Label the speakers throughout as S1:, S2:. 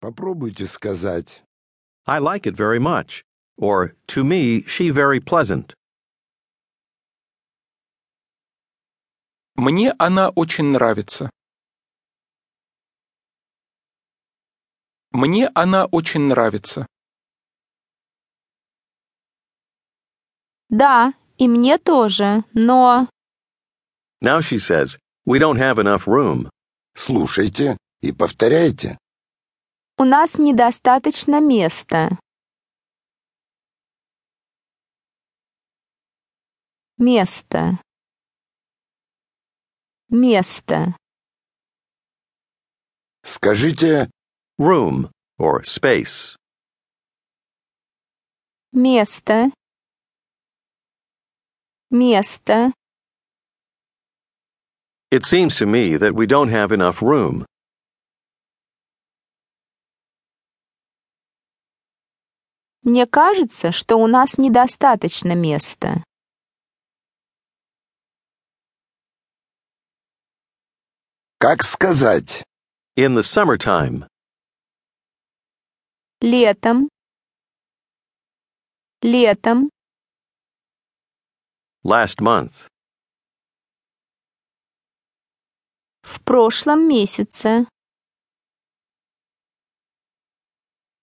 S1: Попробуйте сказать
S2: I like it very much. Or, to me, she very pleasant.
S3: Мне она очень нравится. Мне она очень нравится.
S4: Да, и мне тоже, но...
S2: Now she says, We don't have enough room.
S1: «слушайте» и повторяйте.
S4: У нас недостаточно места. Место. Место.
S1: Скажите
S2: Room, or space.
S4: Место. Место.
S2: It seems to me that we don't have enough room.
S4: Мне кажется, что у нас недостаточно места.
S1: «как сказать».
S2: In the summertime.
S4: Летом. Летом.
S2: Last month.
S4: В прошлом месяце.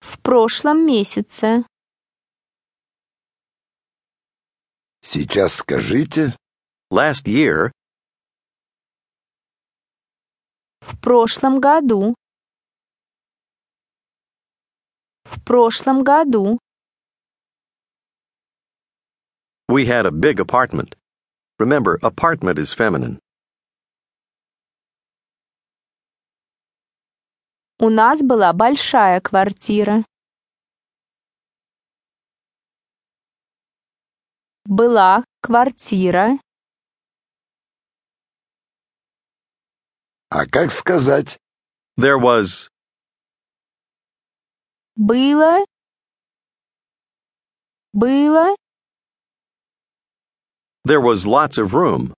S4: В прошлом месяце.
S1: Сейчас скажите
S2: Last year.
S4: В прошлом году. В прошлом году.
S2: We had a big apartment. Remember, apartment is feminine.
S4: У нас была большая квартира. Была квартира.
S1: «а как сказать».
S2: There was
S4: Было. Было.
S2: there was lots of room.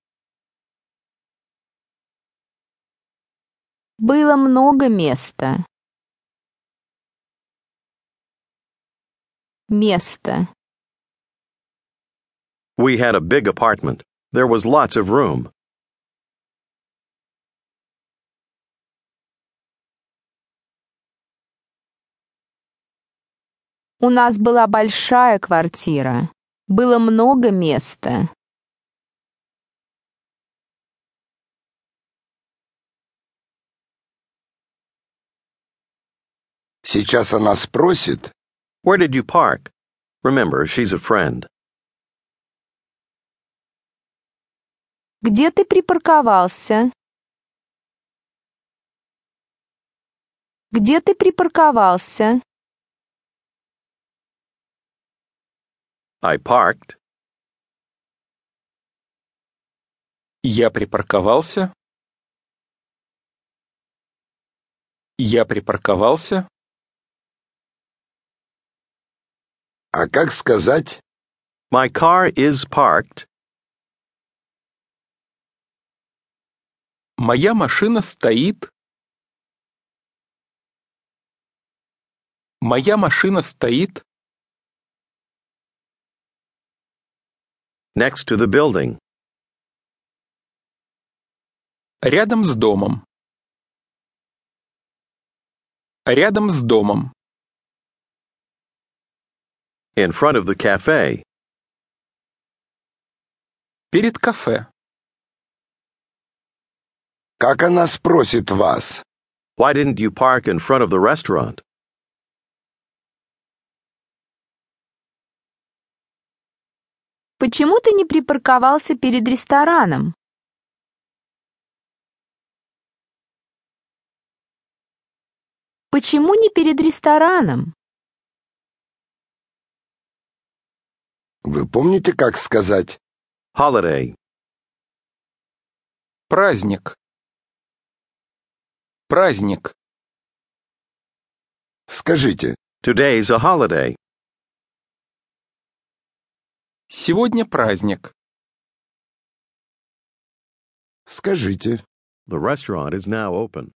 S4: Было много места. Место.
S2: We had a big apartment. There was lots of room.
S4: У нас была большая квартира. Было много места.
S1: Сейчас она спросит
S2: Where did you park? Remember, she's a friend.
S4: Где ты припарковался? Где ты припарковался?
S2: I parked.
S3: Я припарковался. Я припарковался.
S1: «а как сказать».
S2: My car is parked.
S3: Моя машина стоит. Моя машина стоит
S2: next to the building.
S3: рядом с домом. Рядом с домом.
S2: In front of the cafe.
S3: Перед кафе.
S1: «Как она спросит вас?»
S2: Why didn't you park in front of the restaurant?
S4: Почему ты не припарковался перед рестораном? Почему не перед рестораном?
S1: Вы помните, как сказать?
S2: Holiday.
S3: Праздник. Праздник.
S1: Скажите
S2: Today's a holiday.
S3: Сегодня праздник.
S1: «скажите».
S2: The restaurant is now open.